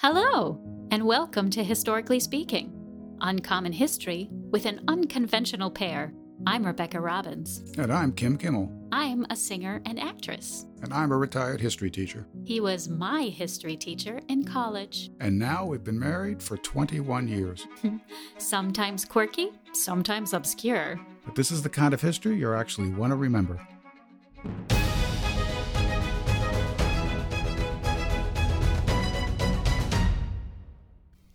Hello, and welcome to Historically Speaking Uncommon History with an Unconventional Pair. I'm Rebecca Robbins. And I'm Kim Kimmel, I'm a singer and actress. and I'm a retired history teacher. He was my history teacher in college, And now we've been married for 21 years. sometimes quirky, sometimes obscure. But this is the kind of history you'll actually want to remember.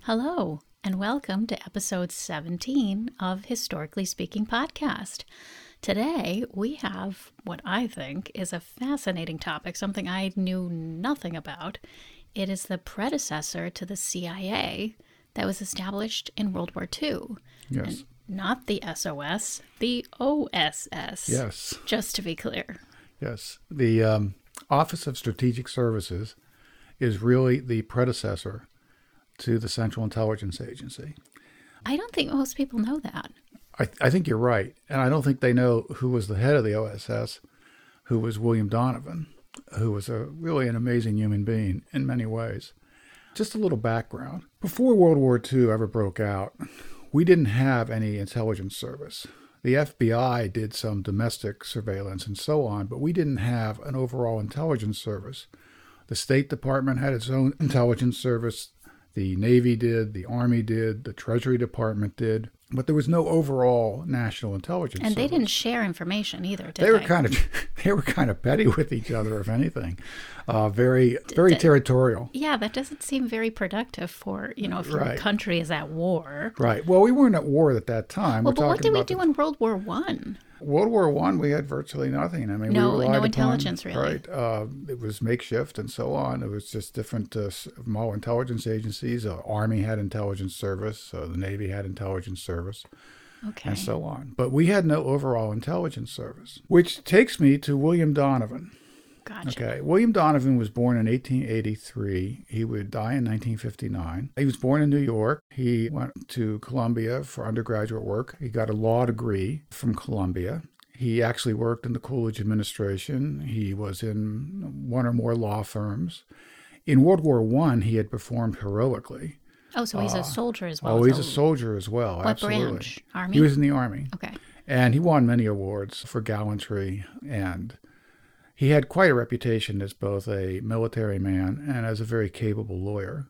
Hello, and welcome to episode 17 of Historically Speaking Podcast. Today, we have what I think is a fascinating topic, something I knew nothing about. It is the predecessor to the CIA that was established in World War II. Yes. Not the SOS, the OSS. Yes. Just to be clear. Yes. The um, Office of Strategic Services is really the predecessor to the Central Intelligence Agency. I don't think most people know that. I, I think you're right. And I don't think they know who was the head of the OSS, who was William Donovan, who was a really an amazing human being in many ways. Just a little background. Before World War II ever broke out, we didn't have any intelligence service. The FBI did some domestic surveillance and so on, but we didn't have an overall intelligence service. The State Department had its own intelligence service. The Navy did, the Army did, the Treasury Department did, but there was no overall national intelligence. And they service didn't share information either, did they? they were kind of they were kind of petty with each other, if anything. Uh, very very territorial. Yeah, that doesn't seem very productive for, you know, if your Right. country is at war. Right. Well, we weren't at war at that time. Well, we're but what talking did we about do in World War One? the- World War One? We had virtually nothing. I mean, No- no we relied upon- intelligence, really. Right. Uh, it was makeshift and so on. It was just different uh, small intelligence agencies. The Army had intelligence service. Uh, the Navy had intelligence service. Okay. and so on. But we had no overall intelligence service, which takes me to William Donovan. Gotcha. Okay. William Donovan was born in 1883. He would die in 1959. He was born in New York. He went to Columbia for undergraduate work. He got a law degree from Columbia. He actually worked in the Coolidge administration. He was in one or more law firms. In World War One, he had performed heroically. Oh, so he's a soldier as well. Oh, he's a soldier. soldier as well. What absolutely. branch? Army? He was in the army. Okay. And he won many awards for gallantry and he had quite a reputation as both a military man and as a very capable lawyer.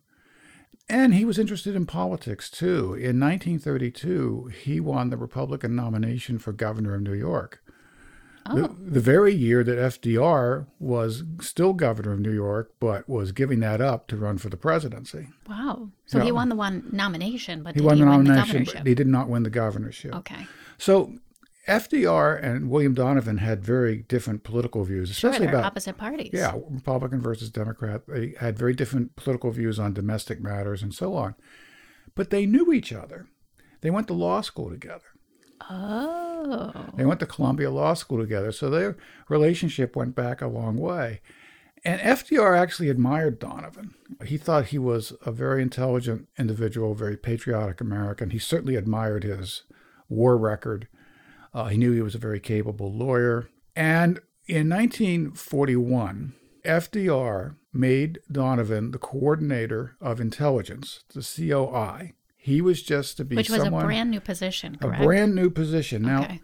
And he was interested in politics too. In 1932, he won the Republican nomination for governor of New York. The, the very year that FDR was still governor of New York, but was giving that up to run for the presidency. Wow. So he won the one nomination, but He did won he the win the nomination, governorship? but he did not win the governorship. Okay. So FDR and William Donovan had very different political views, Sure, especially they're about opposite parties. yeah, Republican versus Democrat. They had very different political views on domestic matters and so on. But they knew each other. They went to law school together. Oh. They went to Columbia Law School together, so their relationship went back a long way. And FDR actually admired Donovan. He thought he was a very intelligent individual, very patriotic American. He certainly admired his war record. Uh, he knew he was a very capable lawyer. And in 1941, FDR made Donovan the coordinator of intelligence, the COI. He was just to be Which was someone a brand new position, a correct? brand new position. Now, Okay.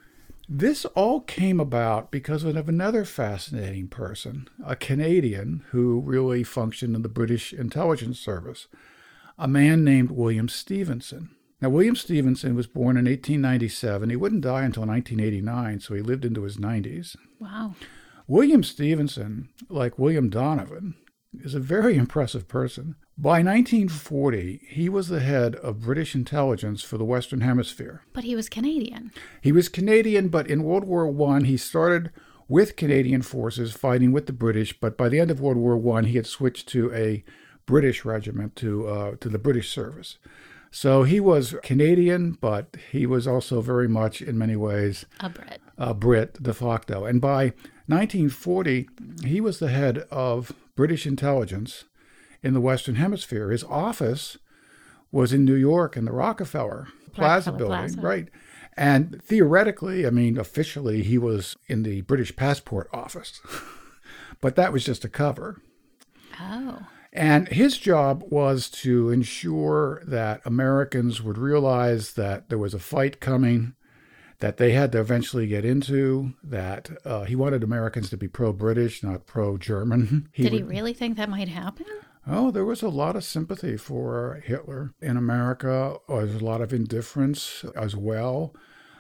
this all came about because of another fascinating person, a Canadian who really functioned in the British intelligence service, a man named William Stevenson. Now, William Stevenson was born in 1897. He wouldn't die until 1989, so he lived into his 90s. Wow. William Stevenson, like William Donovan, is a very impressive person. By 1940, he was the head of British intelligence for the Western Hemisphere. But he was Canadian. He was Canadian, but in World War One, he started with Canadian forces fighting with the British. But by the end of World War One, he had switched to a British regiment to uh, to the British service. So he was Canadian, but he was also very much, in many ways, A Brit. a uh, Brit de facto. And by 1940, he was the head of British intelligence in the Western Hemisphere. His office was in New York in the Rockefeller Plaza Rockefeller building, Plaza. right? And theoretically, I mean, officially, he was in the British passport office, but that was just a cover. Oh. And his job was to ensure that Americans would realize that there was a fight coming, that they had to eventually get into, that uh, he wanted Americans to be pro British, not pro German. Did he really think that might happen? Oh, there was a lot of sympathy for Hitler in America. There was a lot of indifference as well.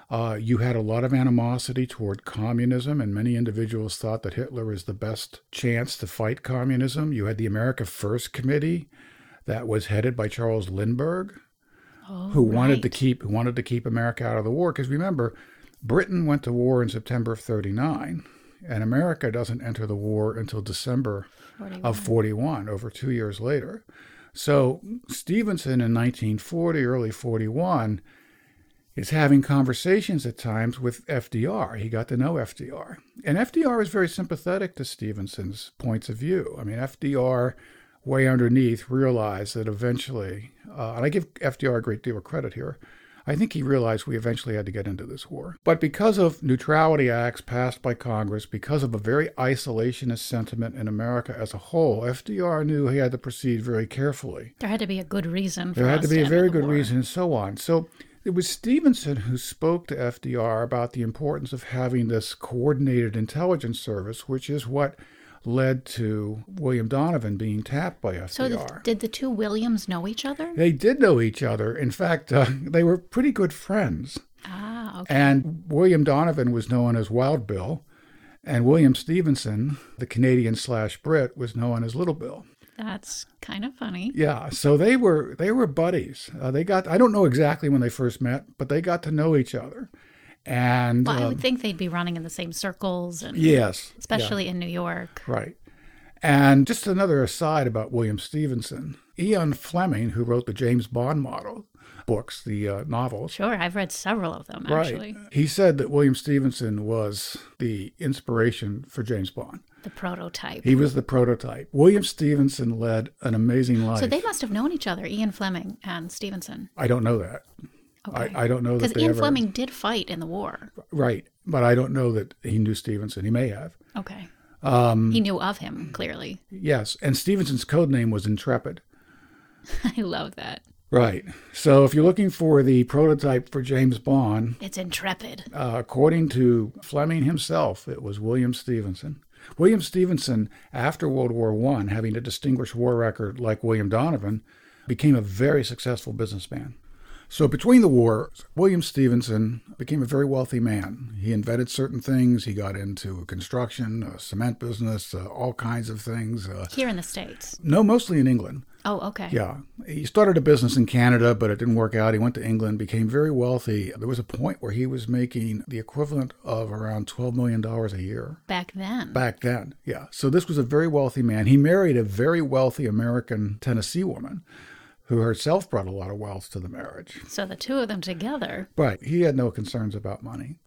Uh, you had a lot of animosity toward communism, and many individuals thought that Hitler was the best chance to fight communism. You had the America First Committee that was headed by Charles Lindbergh, Oh, who wanted to right. keep who wanted to keep America out of the war. Because remember, Britain went to war in September of '39, and America doesn't enter the war until December 41. of 41, over two years later. So Stevenson in 1940, early 41, is having conversations at times with FDR. He got to know FDR. And FDR is very sympathetic to Stevenson's points of view. I mean, FDR, way underneath, realized that eventually, uh, and I give FDR a great deal of credit here. I think he realized we eventually had to get into this war. But because of neutrality acts passed by Congress, because of a very isolationist sentiment in America as a whole, FDR knew he had to proceed very carefully. There had to be a good reason for There us had to be a enter very the good war. reason, and so on. So it was Stevenson who spoke to FDR about the importance of having this coordinated intelligence service, which is what led to William Donovan being tapped by FDR. So, the, did the two Williams know each other? they did know each other. In fact, uh, they were pretty good friends. Ah, okay. And William Donovan was known as Wild Bill, and William Stevenson, the Canadian slash Brit, was known as Little Bill. That's kind of funny. Yeah, so they were they were buddies. Uh, they got I don't know exactly when they first met, but they got to know each other, and Well, I um, would think they'd be running in the same circles, and yes, yeah, especially in New York. right. And just another aside about William Stevenson, Ian Fleming, who wrote the James Bond model books, the uh, novels, Sure, I've read several of them actually. He said that William Stevenson was the inspiration for James Bond. The prototype. He was the prototype. William Stevenson led an amazing life. so they must have known each other, Ian Fleming and Stevenson. I don't know that. Okay. I, I don't know that Because they Ian ever, Fleming did fight in the war. Right, but I don't know that he knew Stevenson. He may have. Okay. Um, he knew of him, clearly. Yes, and Stevenson's code name was Intrepid. I love that. Right. So if you're looking for the prototype for James Bond, It's intrepid. uh, according to Fleming himself, it was William Stevenson. William Stevenson, after World War One, having a distinguished war record like William Donovan, became a very successful businessman. So between the wars, William Stevenson became a very wealthy man. He invented certain things. He got into construction, uh, cement business, uh, all kinds of things. Uh, Here in the States. no, mostly in England. Oh, okay. Yeah. He started a business in Canada, but it didn't work out. He went to England, became very wealthy. There was a point where he was making the equivalent of around $12 million a year Back then. back then. Yeah. So this was a very wealthy man. He married a very wealthy American Tennessee woman who herself brought a lot of wealth to the marriage. so the two of them together. But he had no concerns about money.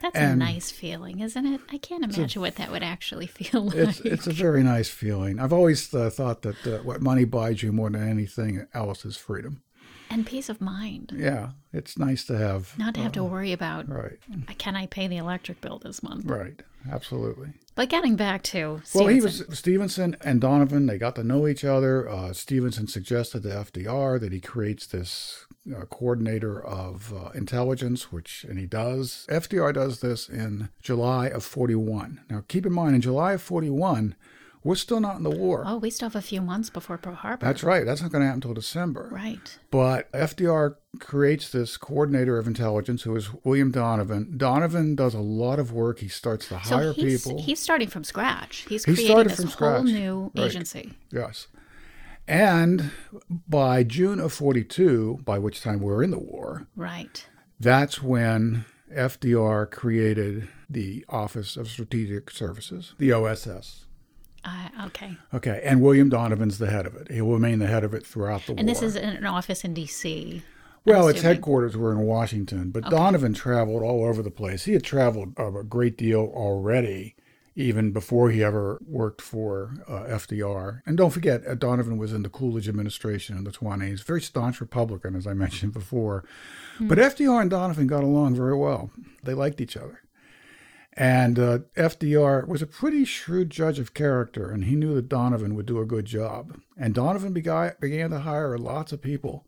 That's a And- nice feeling, isn't it? I can't imagine what that would actually feel like. It's, it's a very nice feeling. I've always uh, thought that uh, what money buys you more than anything else is freedom. and peace of mind. Yeah. It's nice to have. Not to have to worry about Oh. uh, Right. can I pay the electric bill this month? Right. Absolutely. But getting back to Stevenson, Well, he was Stevenson and Donovan. They got to know each other. Uh, Stevenson suggested to FDR that he creates this uh, coordinator of uh, intelligence, which and he does. FDR does this in July of '41. Now, keep in mind, in July of '41, we're still not in the war. oh, we still have a few months before Pearl Harbor. That's right. That's not going to happen until December. right. But FDR creates this coordinator of intelligence, who is William Donovan. Donovan does a lot of work. He starts to So hire he's, people. he's starting from scratch. He's He creating started this from whole scratch. new Right. agency. Yes. And by June of 42, by which time we were in the war, Right. that's when FDR created the Office of Strategic Services, the OSS. Uh, okay. Okay, and William Donovan's the head of it. He'll remain the head of it throughout the war. And this is in an office in D.C. well, its assuming- headquarters were in Washington, but Donovan traveled all over the place. He had traveled uh, a great deal already even before he ever worked for uh, FDR. And don't forget, uh, Donovan was in the Coolidge administration in the 20s, very staunch Republican, as I mentioned before. But FDR and Donovan got along very well, they liked each other. And uh, FDR was a pretty shrewd judge of character, and he knew that Donovan would do a good job. And Donovan begi- began to hire lots of people.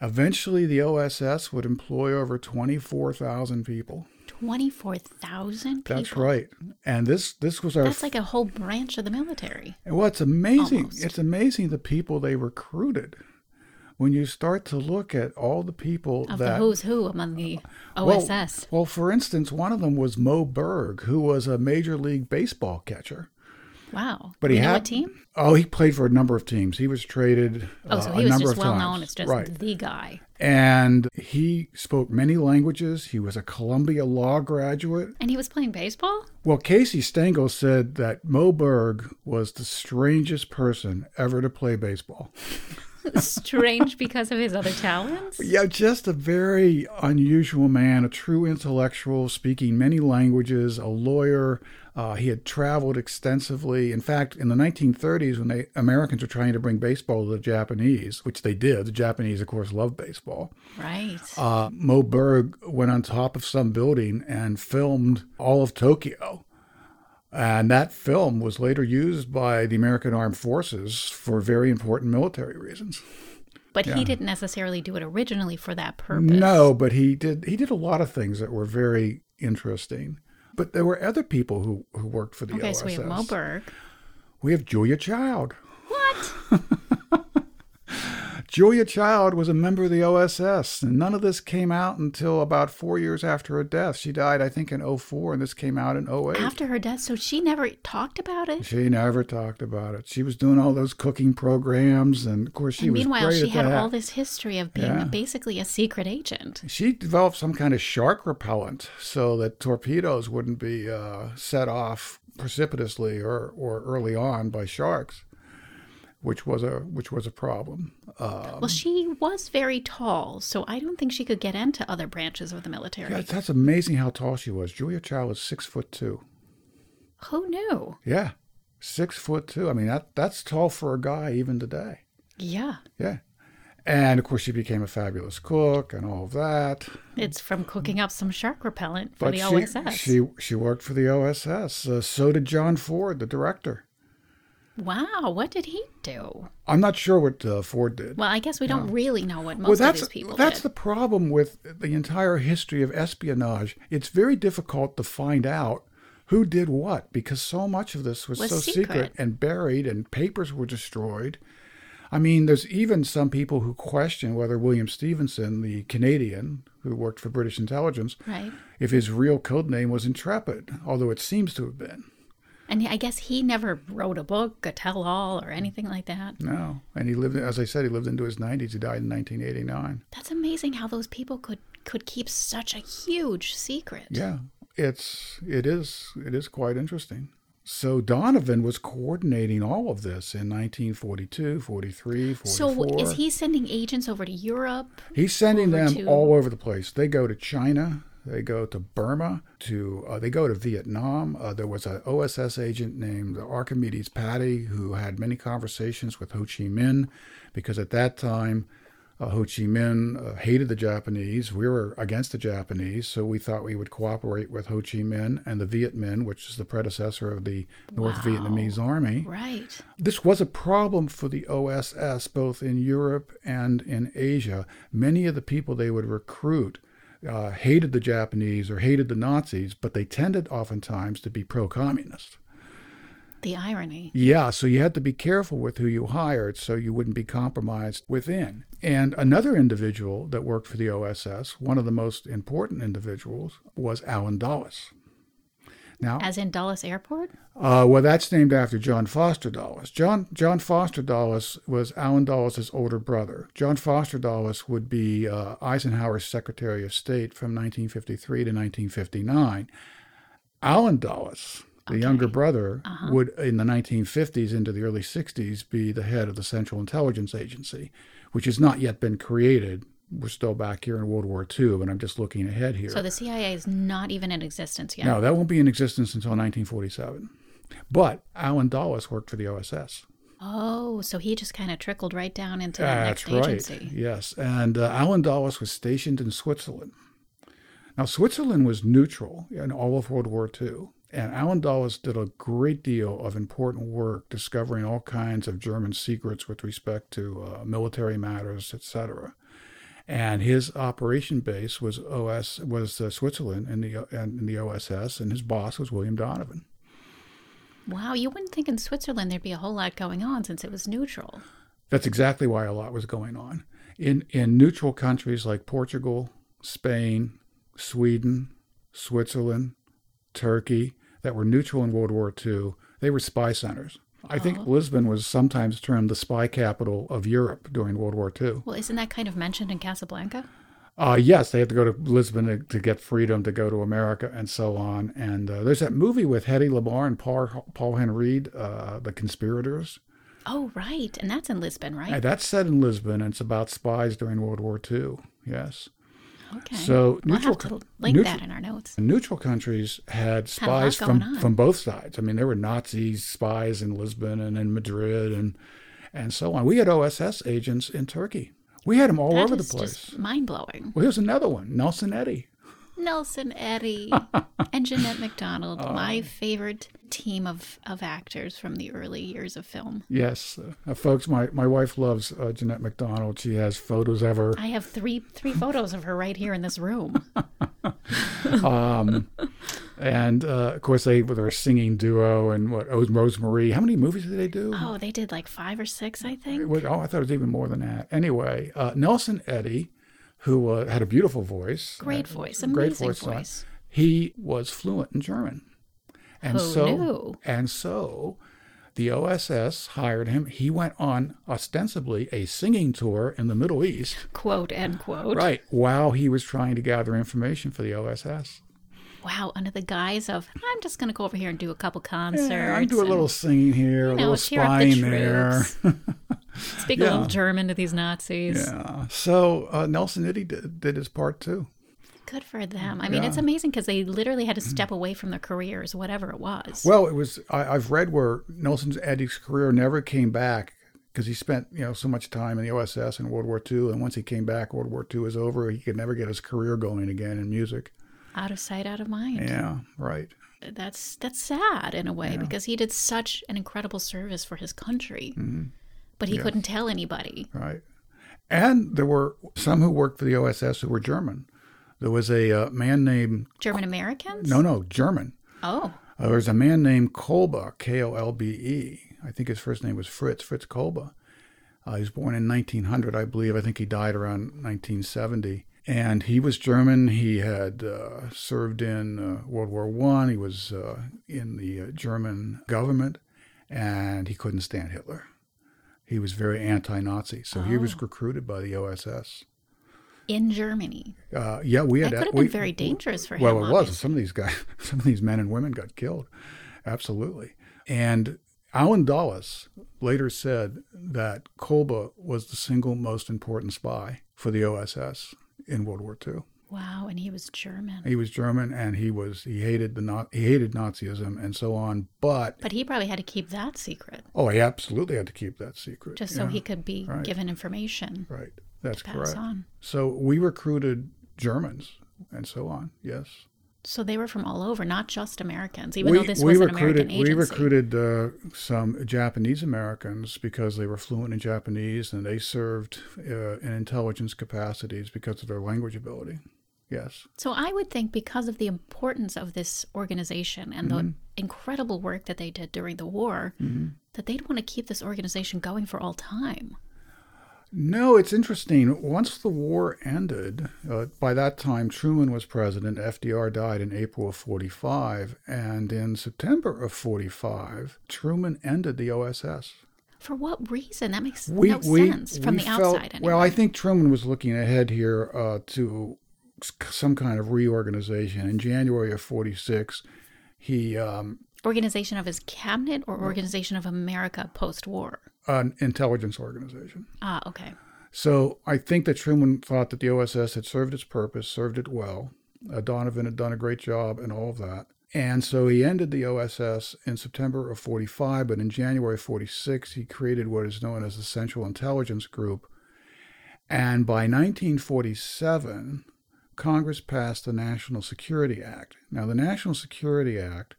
Eventually, the OSS would employ over 24,000 people. 24,000 people. That's right. And this this was our That's like a whole branch of the military. And Well, it's amazing. Almost. It's amazing the people they recruited. When you start to look at all the people Of the that who's who among the well, OSS. Well, for instance, one of them was Mo Berg, who was a major league baseball catcher. wow. But he You know had what team? Oh, he played for a number of teams. He was traded. Oh, so uh, he a was number just of well times. known. It's just right. the guy. And he spoke many languages. He was a Columbia law graduate. And he was playing baseball? Well, Casey Stengel said that Mo Berg was the strangest person ever to play baseball. Strange because of his other talents? Yeah, just a very unusual man, a true intellectual, speaking many languages, a lawyer. Uh, he had traveled extensively. In fact, in the 1930s, when they Americans were trying to bring baseball to the Japanese, which they did, the Japanese, of course, love baseball. Right. Uh, Mo Berg went on top of some building and filmed all of Tokyo. And that film was later used by the American Armed Forces for very important military reasons. but he didn't necessarily do it originally for that purpose. No, but he did he did a lot of things that were very interesting. But there were other people who, who worked for the Okay, OSS. so we have Moberg. We have Julia Child. What? Julia Child was a member of the OSS, and none of this came out until about four years after her death. She died, I think, in 04, and this came out in 08. After her death, so she never talked about it? She never talked about it. She was doing all those cooking programs, and of course, she And was meanwhile, great she at had that. all this history of being basically a secret agent. She developed some kind of shark repellent so that torpedoes wouldn't be uh, set off precipitously or, or early on by sharks, which was a which was a problem. Uh, Well, she was very tall, so I don't think she could get into other branches of the military. that's, that's amazing how tall she was. Julia Child was six foot two. Who knew? Yeah, six foot two. I mean that that's tall for a guy even today. Yeah. Yeah, and of course she became a fabulous cook and all of that. It's from cooking up some shark repellent for the she, OSS. she she worked for the OSS. Uh, so did John Ford, the director. wow, what did he do? I'm not sure what uh, Ford did. Well, I guess we don't really know what most well, of that's these people that's did. the problem with the entire history of espionage. It's very difficult to find out who did what because so much of this was, Was so secret. and buried, and papers were destroyed. I mean, there's even some people who question whether William Stevenson, the Canadian who worked for British intelligence, right. if his real code name was Intrepid, although it seems to have been. And I guess he never wrote a book, a tell all, or anything like that. No, and he lived, as I said, he lived into his 90s. He died in 1989. That's amazing how those people could could keep such a huge secret. Yeah, it's it is it is quite interesting. So Donovan was coordinating all of this in 1942, 43, 44. So is he sending agents over to Europe? He's sending over them to- all over the place. They go to China. They go to Burma. To uh, they go to Vietnam. Uh, there was an OSS agent named Archimedes Patty who had many conversations with Ho Chi Minh, because at that time. Uh, Ho Chi Minh uh, hated the Japanese. We were against the Japanese, so we thought we would cooperate with Ho Chi Minh and the Viet Minh, which is the predecessor of the North Vietnamese Army. Right. This was a problem for the OSS both in Europe and in Asia. Many of the people they would recruit uh, hated the Japanese or hated the Nazis, but they tended oftentimes to be pro communist. The irony. Yeah, so you had to be careful with who you hired so you wouldn't be compromised within. And another individual that worked for the OSS, one of the most important individuals, was Alan Dulles. Now, As in Dulles Airport? uh, well, that's named after John Foster Dulles. John John Foster Dulles was Allen Dulles' older brother. John Foster Dulles would be uh, Eisenhower's Secretary of State from 1953 to 1959. Allen Dulles, the younger brother, would in the 1950s into the early 60s be the head of the Central Intelligence Agency, which has not yet been created we're still back here in World War II, but I'm just looking ahead here. So the CIA is not even in existence yet. no, that won't be in existence until 1947. But Alan Dulles worked for the OSS. Oh, so he just kind of trickled right down into the That's next right. agency. Yes. And uh, Alan Dulles was stationed in Switzerland. Now, Switzerland was neutral in all of World War II. And Alan Dulles did a great deal of important work discovering all kinds of German secrets with respect to uh, military matters, etc. And his operation base was OS was uh, Switzerland in the and in the OSS, and his boss was William Donovan. Wow, you wouldn't think in Switzerland there'd be a whole lot going on since it was neutral. That's exactly why a lot was going on. In in neutral countries like Portugal, Spain, Sweden, Switzerland, Turkey that were neutral in World War II, they were spy centers. I think Lisbon was sometimes termed the spy capital of Europe during World War II. Well, isn't that kind of mentioned in Casablanca? Uh, yes, they had to go to Lisbon to, to get freedom, to go to America, and so on. And uh, there's that movie with Hedy Lamarr and Paul, Paul Henreid, uh, The Conspirators. Oh, right. And that's in Lisbon, right? And that's set in Lisbon, and it's about spies during World War II. Yes. okay. So we'll neutral, have co- to link neutral, that in our notes. neutral countries had a lot spies going from, on. from both sides. I mean, there were Nazi spies in Lisbon and in Madrid and and so on. We had OSS agents in Turkey. We had them all That over the is place. just mind blowing. Well, here's another one, Nelson Eddy. Nelson Eddy and Jeanette MacDonald, Oh. my favorite team of, of actors from the early years of film. Yes, uh, folks. My my wife loves uh, Jeanette McDonald. She has photos of her. I have three three photos of her right here in this room. And uh, of course, they with her singing duo and what Ose Rosemary. How many movies did they do? Oh, they did like five or six, I think. Wait, oh, I thought it was even more than that. Anyway, uh, Nelson Eddy, who uh, had a beautiful voice, Great uh, voice, great amazing voice, uh, voice. he was fluent in German, and Who so knew? and so, the OSS hired him. He went on ostensibly a singing tour in the Middle East, Quote end quote. right? While he was trying to gather information for the OSS. Wow, under the guise of I'm just going to go over here and do a couple concerts. Yeah, I do a and, little singing here, a you know, little cheer up the spying there. troops, Speak a little Yeah. German to these Nazis. Yeah. So uh, Nelson Eddy did, did his part too. Good for them. I mean, it's amazing because they literally had to step away from their careers, whatever it was. Well, it was. I, I've read where Nelson Eddy's career never came back because he spent you know so much time in the OSS and World War II, and once he came back, World War II was over. He could never get his career going again in music. out of sight, out of mind. Yeah, right. That's that's sad in a way because he did such an incredible service for his country, Mm-hmm. but he couldn't tell anybody. Right. And there were some who worked for the OSS who were German. There was a uh, man named German Americans? no no German. Oh, Uh, there was a man named Kolbe K O L B E. I think his first name was Fritz Fritz Kolbe. Uh, he was born in 1900, I believe. I think he died around 1970. And he was German. He had uh, served in uh, World War One. He was uh, in the uh, German government, and he couldn't stand Hitler. He was very anti-Nazi, so he Oh. was recruited by the OSS. in Germany. Uh, yeah, we had That could have we- been very dangerous for well, him. it was. Some of these guys, some of these men and women got killed. Absolutely. And Alan Dulles later said that Kolbe was the single most important spy for the OSS in World War II. Wow, and he was German. He was German and he was he hated the Na- he hated Nazism and so on. But But he probably had to keep that secret oh, he absolutely had to keep that secret. just so Yeah, he could be right. given information right. That's to pass correct. on. So we recruited Germans and so on. Yes. So they were from all over, not just Americans, even though this was an recruited, American agency. We recruited uh, some Japanese Americans because they were fluent in Japanese and they served uh, in intelligence capacities because of their language ability. Yes. So I would think because of the importance of this organization and Mm-hmm. the incredible work that they did during the war, that they'd want to keep this organization going for all time. No, it's interesting. Once the war ended, uh, by that time Truman was president. FDR died in April of 45. And in September of 45, Truman ended the OSS. For what reason? That makes no sense from we the felt- outside. Anyway. Well, I think Truman was looking ahead here uh, to s- some kind of reorganization. In January of 46, he, um, organization of his cabinet or organization of America post war? an intelligence organization. Ah, okay. So I think that Truman thought that the OSS had served its purpose, served it well. Uh, Donovan had done a great job and all of that. And so he ended the OSS in September of 45, but in January of 46, he created what is known as the Central Intelligence Group. And by 1947, Congress passed the National Security Act. Now, the National Security Act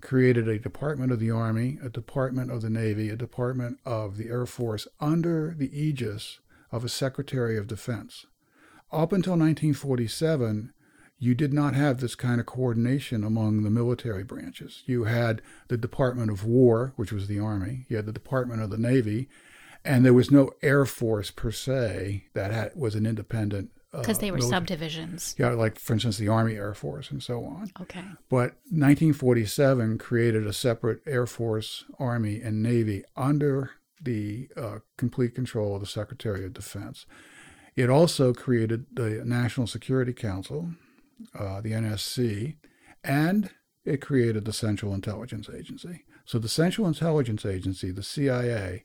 created a Department of the Army, a Department of the Navy, a Department of the Air Force under the aegis of a Secretary of Defense. Up until 1947, you did not have this kind of coordination among the military branches. You had the Department of War, which was the Army, you had the Department of the Navy, and there was no Air Force per se that had, was an independent. Because uh, they were military- subdivisions. yeah, like for instance, the Army Air Force and so on. Okay. But 1947 created a separate Air Force, Army, and Navy under the uh, complete control of the Secretary of Defense. It also created the National Security Council, uh, the NSC, and it created the Central Intelligence Agency. So the Central Intelligence Agency, the CIA,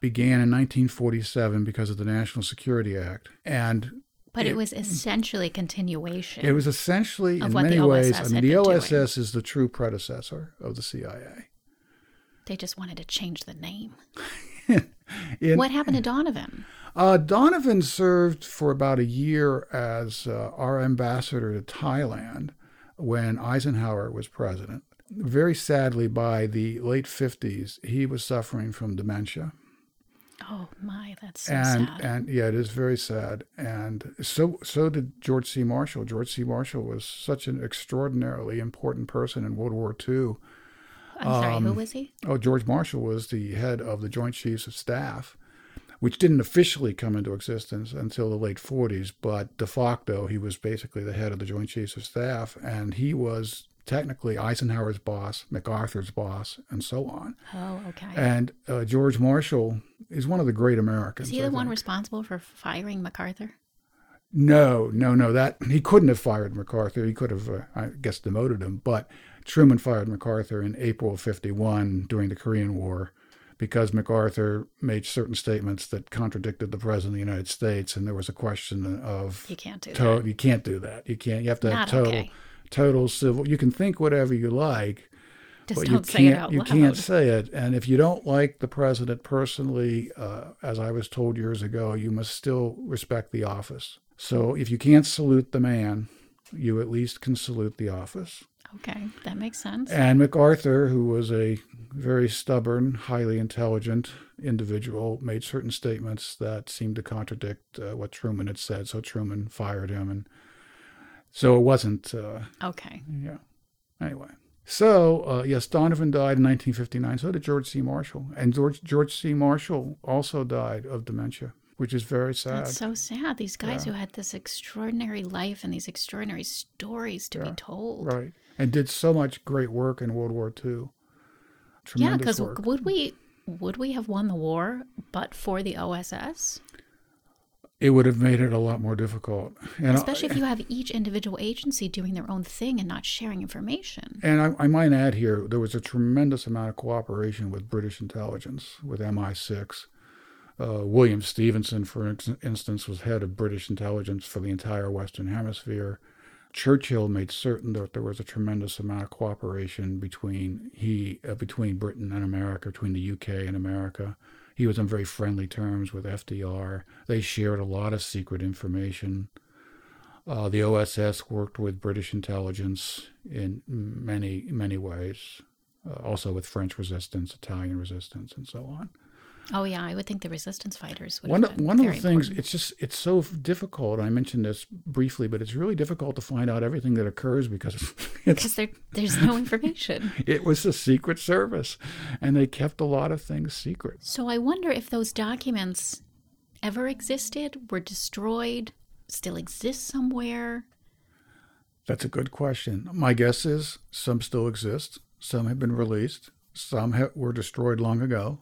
began in 1947 because of the National Security Act, and But it, It- was essentially continuation. it was essentially, Of in what many the ways, OSS I mean, had the been doing. OSS is the true predecessor of the CIA. they just wanted to change the name. In- what happened to Donovan? Uh, Donovan served for about a year as uh, our ambassador to Thailand when Eisenhower was president. Very sadly, by the late 50s, he was suffering from dementia. Oh my, that's so and sad. and yeah, it is very sad. And so so did George C. Marshall. George C. Marshall was such an extraordinarily important person in World War II. I'm sorry, who was he? Oh, George Marshall was the head of the Joint Chiefs of Staff, which didn't officially come into existence until the late 40s, but de facto, he was basically the head of the Joint Chiefs of Staff, and he was technically Eisenhower's boss, MacArthur's boss, and so on. Oh, okay. And uh, George Marshall is one of the great Americans. Is he I the think. one responsible for firing MacArthur? No, no, no. That he couldn't have fired MacArthur. He could have, uh, I guess, demoted him. But Truman fired MacArthur in April of '51 during the Korean War because MacArthur made certain statements that contradicted the president of the United States, and there was a question of You can't do that. to- you can't do that. You can't. You have to have Not total, okay. total civil. You can think whatever you like, Just but don't you say it can't out you loud. can't say it and if you don't like the president personally uh, as i was told years ago you must still respect the office so if you can't salute the man you at least can salute the office Okay, that makes sense. and macarthur who was a very stubborn highly intelligent individual made certain statements that seemed to contradict uh, what truman had said so truman fired him and so it wasn't uh, Okay. yeah. Anyway. So, uh, yes, Donovan died in 1959. So did George C. Marshall. And George, George C. Marshall also died of dementia, which is very sad. That's so sad. These guys who had this extraordinary life and these extraordinary stories to be told. right. And did so much great work in World War II. Yeah, Tremendous because work. would we would we have won the war but for the OSS? it would have made it a lot more difficult. And, I, Especially if you have each individual agency doing their own thing and not sharing information. and I, I might add here, there was a tremendous amount of cooperation with British intelligence, with MI6. Uh, William Stevenson, for ins- instance, was head of British intelligence for the entire Western Hemisphere. Churchill made certain that there was a tremendous amount of cooperation between he uh, between Britain and America, between the UK and America. He was on very friendly terms with FDR. They shared a lot of secret information. Uh, the OSS worked with British intelligence in many many ways, uh, also with French resistance, Italian resistance, and so on Oh yeah, I would think the resistance fighters would one have of, been one of the very things important. it's just it's so f- difficult i mentioned this briefly but it's really difficult to find out everything that occurs because it's, because there there's no information. it was the secret service and they kept a lot of things secret So I wonder if those documents ever existed, were destroyed, still exist somewhere. that's a good question my guess is some still exist some have been released some ha- were destroyed long ago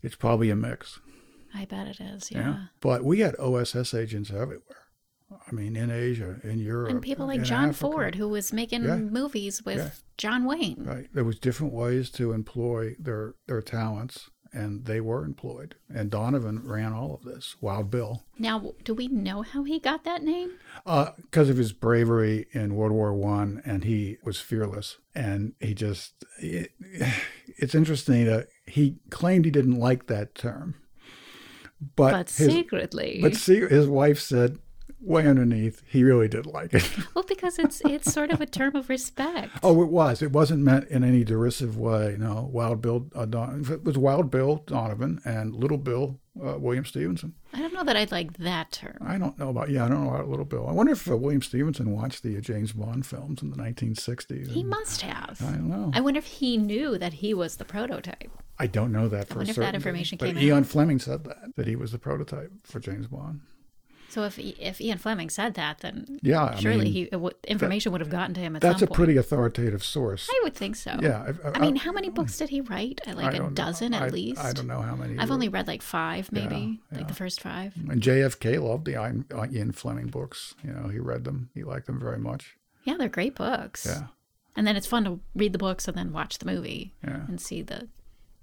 it's probably a mix I bet it is, yeah. yeah but we had oss agents everywhere i mean in asia in europe And people like in John Africa. Ford, who was making Yeah. movies with Yeah. John Wayne. Right. There was different ways to employ their their talents and they were employed. And Donovan ran all of this, Wild Bill, Now, do we know how he got that name? because of his bravery in World War One, and he was fearless. And he just, it, it's interesting that he claimed he didn't like that term, but, But his, secretly. but see, his wife said way underneath he really did like it. well, because it's it's sort of a term of respect. Oh, it was. It wasn't meant in any derisive way. No, Wild Bill uh, Don- it was Wild Bill Donovan and Little Bill uh, William Stevenson. I don't know that I'd like that term. I don't know about yeah, I don't know about Little Bill. I wonder if uh, William Stevenson watched the uh, James Bond films in the 1960s. He and- must have. I I, don't know. wonder if he knew that he was the prototype. I don't know that for wonder if that certain. information but came out. Ian Fleming said that that he was the prototype for James Bond. So if if Ian Fleming said that, then Yeah, I surely mean, he it w- information would have gotten to him at That's some a point. pretty authoritative source. I would think so. yeah, I- I, I mean, how many books did he write? Uh, Like I a don't know. dozen at I- least. I don't know how many. I've were- only read like five, maybe, like the first five. And JFK loved the Ian, Ian Fleming books. You know, he read them. He liked them very much. Yeah, they're great books. Yeah. And then it's fun to read the books and then watch the movie Yeah. and see the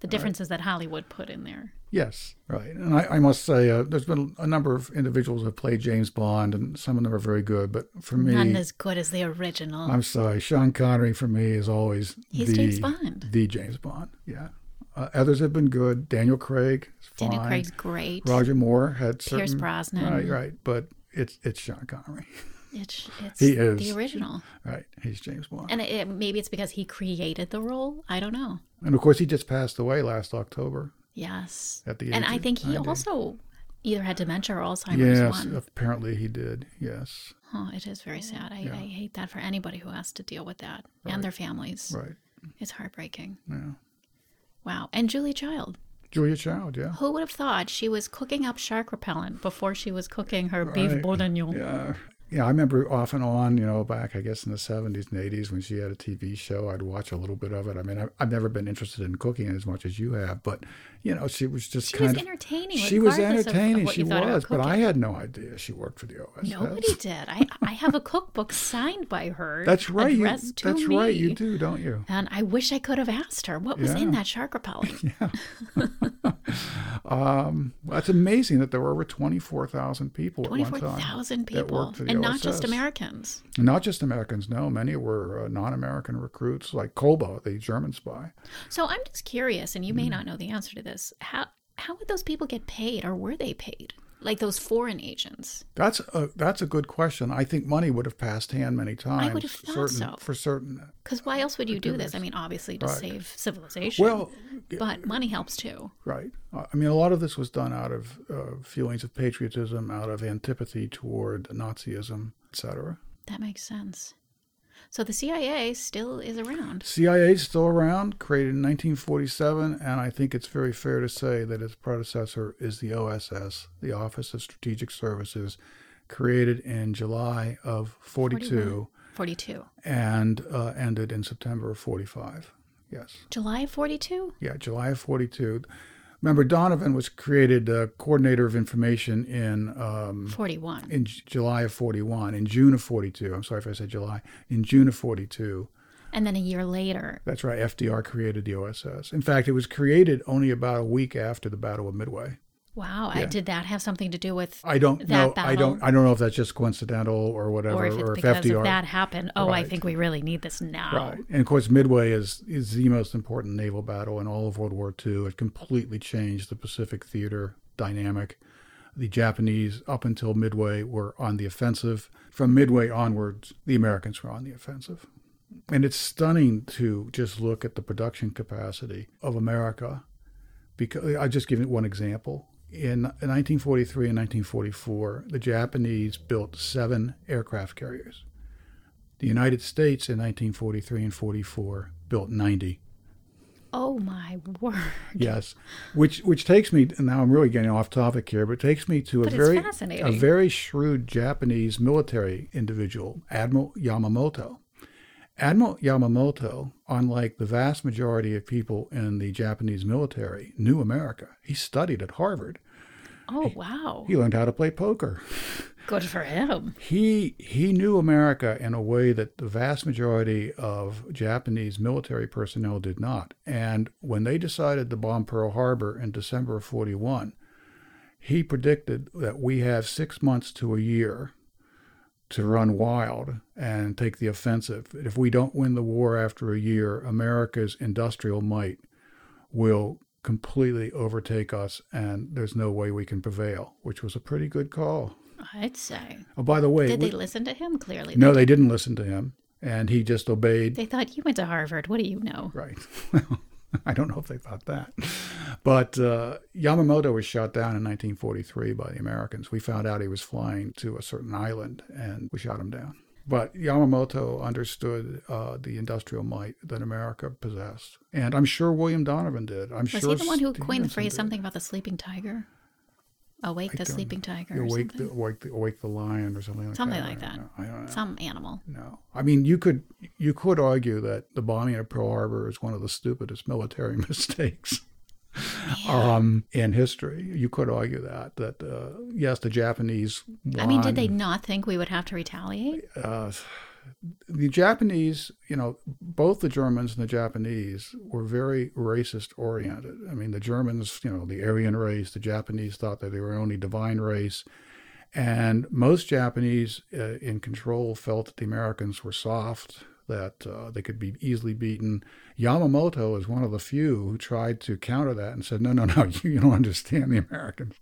the differences that Hollywood put in there. Yes. Right. And I, I must say, uh, there's been a number of individuals who have played James Bond, and some of them are very good. But for me, None as good as the original. I'm sorry, Sean Connery for me is always He's the James Bond. The James Bond. Yeah. Uh, others have been good. Daniel Craig. Is fine. Daniel Craig's great. Roger Moore had Pierce certain. Brosnan. Right. Right. But it's it's Sean Connery. It's, it's He the is. original. Right. He's James Bond. And it, it- maybe it's because he created the role. I don't know. And of course, he just passed away last October. Yes. At the and age I of think he 90. also either had dementia or Alzheimer's Yes, one. apparently he did. Yes, Oh, it is very sad. I, I hate that for anybody who has to deal with that and their families. right. It's heartbreaking. Yeah. Wow. And Julie Child. Julia Child, yeah. Who would have thought she was cooking up shark repellent before she was cooking her beef bourguignon? Yeah. Yeah, I remember off and on, you know, back I guess in the 70s and 80s when she had a TV show, I'd watch a little bit of it. I mean, I, I've never been interested in cooking as much as you have, but, you know, she was just She kind was of. entertaining. she was regardless of- of entertaining. what she you thought about was, but cooking. I had no idea she worked for the OSS. Nobody did. I, I have a cookbook signed by her. That's right. You, addressed to that's right. You me. do, don't you? And I wish I could have asked her what was in Yeah. that shark repellent. Well, it's amazing that there were over 24,000 people at one time. 24,000 people. worked for the And not just OSS. Americans. Not just Americans, no. Many were uh, non American recruits, like Kolba, the German spy. So I'm just curious, and you Mm-hmm. may not know the answer to this. How, how would those people get paid, or were they paid? Like those foreign agents? That's a that's a good question. I think money would have passed hand many times. would have thought certain, so. For certain. Because why else would you do this? I mean, obviously to save civilization. Well, but money helps too. right. Uh, I mean, a lot of this was done out of uh, feelings of patriotism, out of antipathy toward Nazism, etc. That makes sense. So the CIA still is around. CIA is still around, created in 1947, and I think it's very fair to say that its predecessor is the OSS, the Office of Strategic Services, created in July of 42 42. and uh, ended in September of 45. Yes. July of 42? Yeah, July of 42. Remember, Donovan was created uh, coordinator of information in um, 41. in J- July of 41, in June of 42. I'm sorry if I said July. In June of 42. And then a year later. That's right, FDR created the OSS. In fact, it was created only about a week after the Battle of Midway. Wow. I, did that have something to do with, I don't That know. I don't. battle- I don't know if that's just coincidental or whatever, or if it's because FDR. of that happened? Oh, I Right. think we really need this now. Right. And of course, Midway is, is the most important naval battle in all of World War II. It completely changed the Pacific theater dynamic. The Japanese, up until Midway, were on the offensive. From Midway onwards, the Americans were on the offensive. And it's stunning to just look at the production capacity of America. Because I'll just give you one example. In 1943 and 1944, the Japanese built seven aircraft carriers. The United States in 1943 and 44 built 90. Oh, my word. Yes, which which takes me and now I'm really getting off topic here, but it takes me to a But it's very a fascinating. very shrewd Japanese military individual, Admiral Yamamoto. Admiral Yamamoto, unlike the vast majority of people in the Japanese military, knew America. He studied at Harvard. Oh, wow. He learned how to play poker. Good for him. He he knew America in a way that the vast majority of Japanese military personnel did not. And when they decided to bomb Pearl Harbor in December of 41, he predicted that we have 6 months to a year to run wild and take the offensive. If we don't win the war after a year, America's industrial might will completely overtake us and there's no way we can prevail, which was a pretty good call. I'd say. Oh, by the way, Did we- they listen to him? Clearly, no, they didn't listen to him, and he just obeyed. They thought you went to Harvard. What do you know? right. Well, I don't know if they thought that, but uh, Yamamoto was shot down in 1943 by the Americans. We found out he was flying to a certain island, and we shot him down. But Yamamoto understood uh, the industrial might that America possessed, and I'm sure William Donovan did. I'm Was sure he the one who coined the Stevenson phrase did. something about the sleeping tiger? Awake the don't- sleeping tiger. Or Awake something the, awake the awake the lion or something like Something that. like I don't that. know. I don't know. Some animal. No, I mean you could you could argue that the bombing of Pearl Harbor is one of the stupidest military mistakes um, in history. You could argue that that uh, yes, the Japanese. Won. I mean, did they not think we would have to retaliate? Uh, the Japanese, you know, both the Germans and the Japanese were very racist oriented. I mean, the Germans, you know, the Aryan race. The Japanese thought that they were only divine race. And most Japanese uh, in control felt that the Americans were soft, that uh, they could be easily beaten. Yamamoto is one of the few who tried to counter that and said, no, no, no, you, you don't understand the Americans.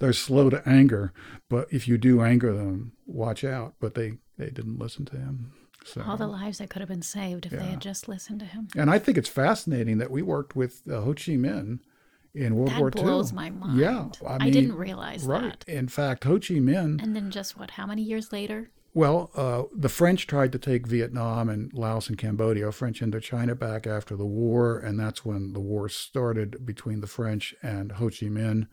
They're slow to anger, but if you do anger them, watch out. But they, they didn't listen to him. So. All the lives that could have been saved if they had just listened to him. And I think it's fascinating that we worked with uh, Ho Chi Minh in World That War II. blows my mind. Yeah, I I, mean, didn't realize Right. that. In fact, Ho Chi Minh And then just what? How many years later? Well, uh, the French tried to take Vietnam and Laos and Cambodia, French Indochina, back after the war, and that's when the war started between the French and Ho Chi Minh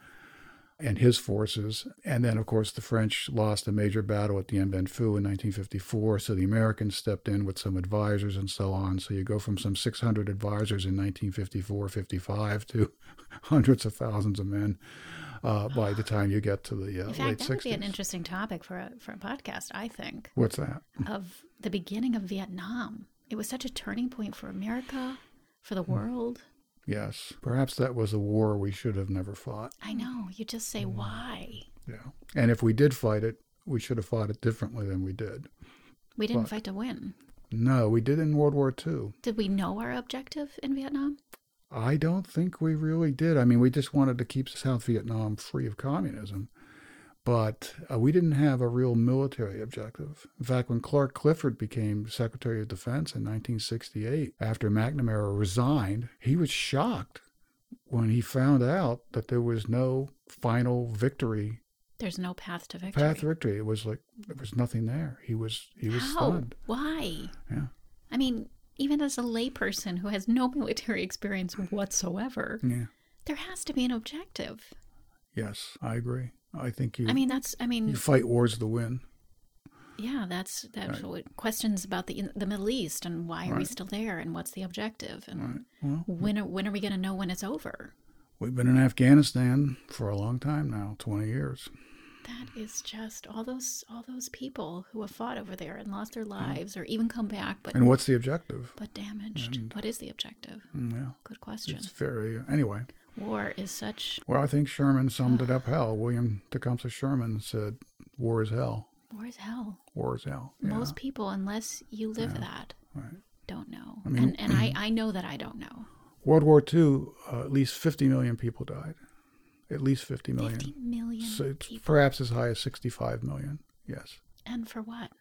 and his forces. And then, of course, the French lost a major battle at the Dien Bien Phu in 1954, so the Americans stepped in with some advisors and so on. So you go from some 600 advisors in 1954 55 to hundreds of thousands of men uh, by the time you get to the uh, In fact, late that 60s. would be an interesting topic for a, for a podcast. I think What's that? of the beginning of Vietnam. It was such a turning point for America, for the Hmm. world. Yes. Perhaps that was a war we should have never fought. I know. You just say Hmm. why. Yeah. And if we did fight it, we should have fought it differently than we did. We didn't fight to win. No, we did in World War II. Did we know our objective in Vietnam? I don't think we really did. I mean, we just wanted to keep South Vietnam free of communism. But uh, we didn't have a real military objective. In fact, when Clark Clifford became Secretary of Defense in 1968, after McNamara resigned, he was shocked when he found out that there was no final victory There's no path to victory. path victory. It was like there was nothing there. He was he was How? stunned. Why? Yeah. I mean, even as a layperson who has no military experience whatsoever, Yeah. there has to be an objective. Yes, I agree. I think you. I mean, that's. I mean, you fight wars to win. yeah, that's that's what questions about the the Middle East and why are we Right. still there and what's the objective and Well, when are, when are we going to know when it's over? we've been in Afghanistan for a long time now, twenty years. That is just all those all those people who have fought over there and lost their lives or even come back but And what's the objective? Mm, but damaged. what is the objective? Well, Good question. it's very anyway. War is such Well, I think Sherman summed it up. Hell, William Tecumseh Sherman said, "War is hell. war is hell. War is hell." Yeah. Most people, unless you live that, don't know. mean- and and I, I know that I don't know. World War II, uh, at least fifty million people died. At least fifty million. Fifty million so it's people, perhaps as high as sixty-five million. Yes. and for what?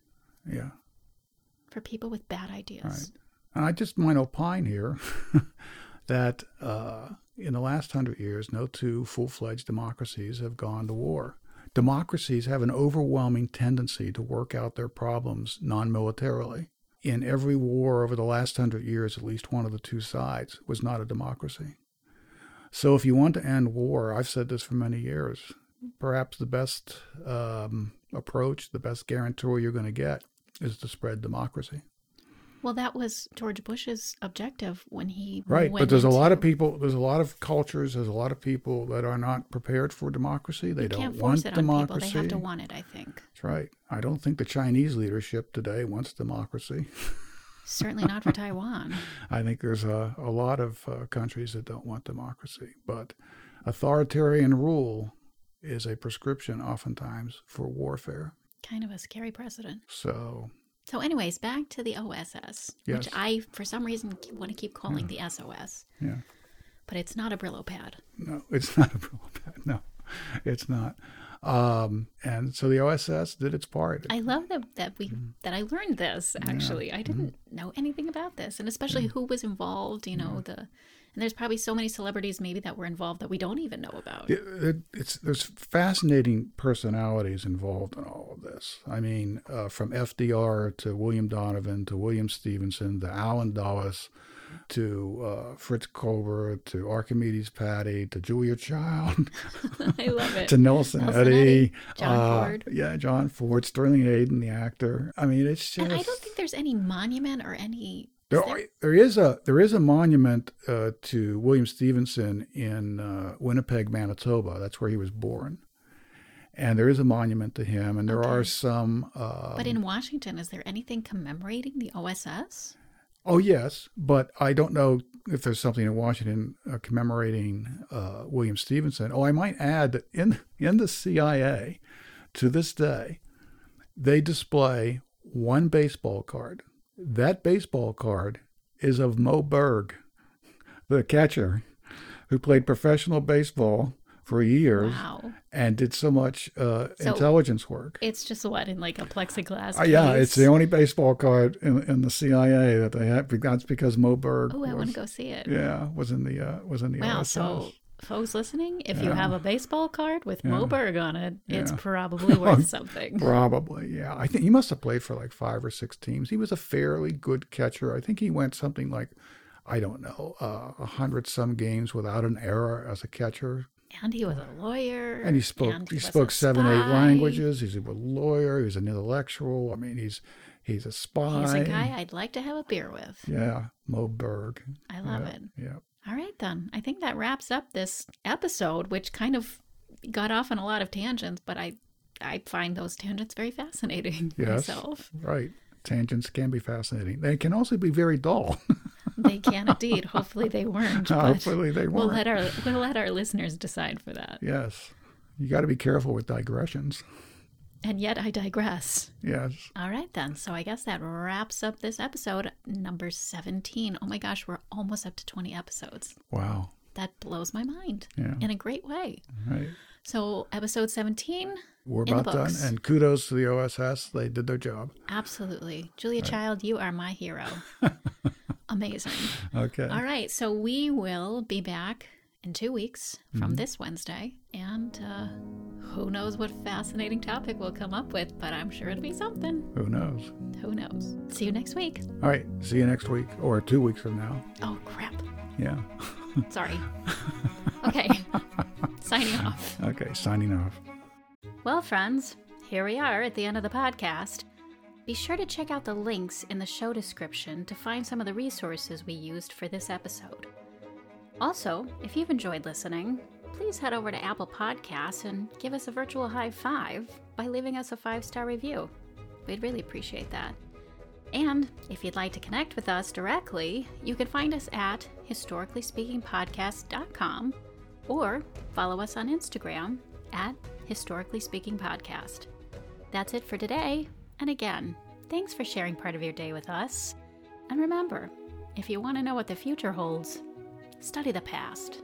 Yeah. For people with bad ideas. And I just might opine here that uh, in the last hundred years, no two full fledged democracies have gone to war. Democracies have an overwhelming tendency to work out their problems non militarily. In every war over the last hundred years, at least one of the two sides was not a democracy. So, if you want to end war, I've said this for many years, perhaps the best um, approach, the best guarantor you're going to get is to spread democracy. Well, that was George Bush's objective when he Right, went but there's a into- lot of people, there's a lot of cultures, there's a lot of people that are not prepared for democracy. They you don't can't want force it on people. democracy. They have to want it, I think. That's right. I don't think the Chinese leadership today wants democracy. Certainly not for Taiwan. I think there's a, a lot of uh, countries that don't want democracy, but authoritarian rule is a prescription oftentimes for warfare. Kind of a scary precedent. So, So, anyways, back to the OSS, Yes. Hmm. which I, for some reason, ke- want to keep calling the SOS, yeah, but it's not a Brillo pad. no, it's not a Brillo pad. No, it's not. Um, and so the OSS did its part. I love that that we Hmm. that I learned this. Actually, I didn't know anything about this, and especially Hmm. who was involved. You know, the and there's probably so many celebrities maybe that were involved that we don't even know about. it, it, it's there's fascinating personalities involved in all of this. I mean, uh, from FDR to William Donovan to William Stevenson to Alan Dulles to uh, Fritz Kober to Archimedes Patty to Julia Child I love it. to Nelson, Nelson Eddy, Eddy, John uh, Ford. yeah, John Ford, Sterling Hayden, the actor. I mean, it's just And I don't think there's any monument or any. there, are- there is a there is a monument uh, to William Stevenson in uh, Winnipeg, Manitoba. That's where he was born, and there is a monument to him. And there are some. Uh, But in Washington, is there anything commemorating the OSS? oh yes, but I don't know if there's something in Washington uh, commemorating uh, William Stevenson. Oh, I might add that in in the CIA, to this day, they display one baseball card. That baseball card is of Mo Berg, the catcher, who played professional baseball for years Wow, and did so much uh, So- intelligence work. it's just what in like a plexiglass. Uh, yeah, it's the case? only baseball card in, in the CIA that they have. That's because Mo Berg Oh, I want was, to go see it. yeah, was in the uh, was in the Wow. OSS. So, folks listening, if you have a baseball card with Mo Berg on it, it's Yeah. probably worth something. Probably, yeah. I think he must have played for like five or six teams. He was a fairly good catcher. I think he went something like, I don't know, uh, a hundred some games without an error as a catcher. And he was a lawyer. And he spoke and he was spoke a seven, eight spy. languages. He's a lawyer. He's an intellectual. I mean, he's he's a spy. He's a guy I'd like to have a beer with. Yeah, Mo Berg. I love it. Yeah, All right, then. I think that wraps up this episode, which kind of got off on a lot of tangents, but I, I find those tangents very fascinating Yes. myself. right. Tangents can be fascinating. They can also be very dull. They can indeed. Hopefully, they weren't. But Hopefully, they we'll won't. let our we'll let our listeners decide for that. yes, you got to be careful with digressions. And yet, I digress. Yes. All right, then. So I guess that wraps up this episode number 17. Oh my gosh, we're almost up to 20 episodes. Wow. That blows my mind Yeah. in a great way. Right. So, episode 17, We're in the about done. books. And kudos to the OSS. They did their job. absolutely. Julia Child, you are my hero. Amazing. Okay. All right. So, we will be back in two weeks from this Wednesday. And uh, who knows what fascinating topic we'll come up with, but I'm sure it'll be something. Who knows? Who knows? See you next week. All right. See you next week or two weeks from now. Oh, crap. Yeah. Sorry. Okay. Signing off. Okay. Signing off. Well, friends, here we are at the end of the podcast. Be sure to check out the links in the show description to find some of the resources we used for this episode. Also, if you've enjoyed listening, please head over to Apple Podcasts and give us a virtual high five by leaving us a five star review. We'd really appreciate that. And if you'd like to connect with us directly, you can find us at historicallyspeakingpodcast.com or follow us on Instagram at historically speaking podcast. That's it for today. And again, thanks for sharing part of your day with us. And remember, if you want to know what the future holds, study the past.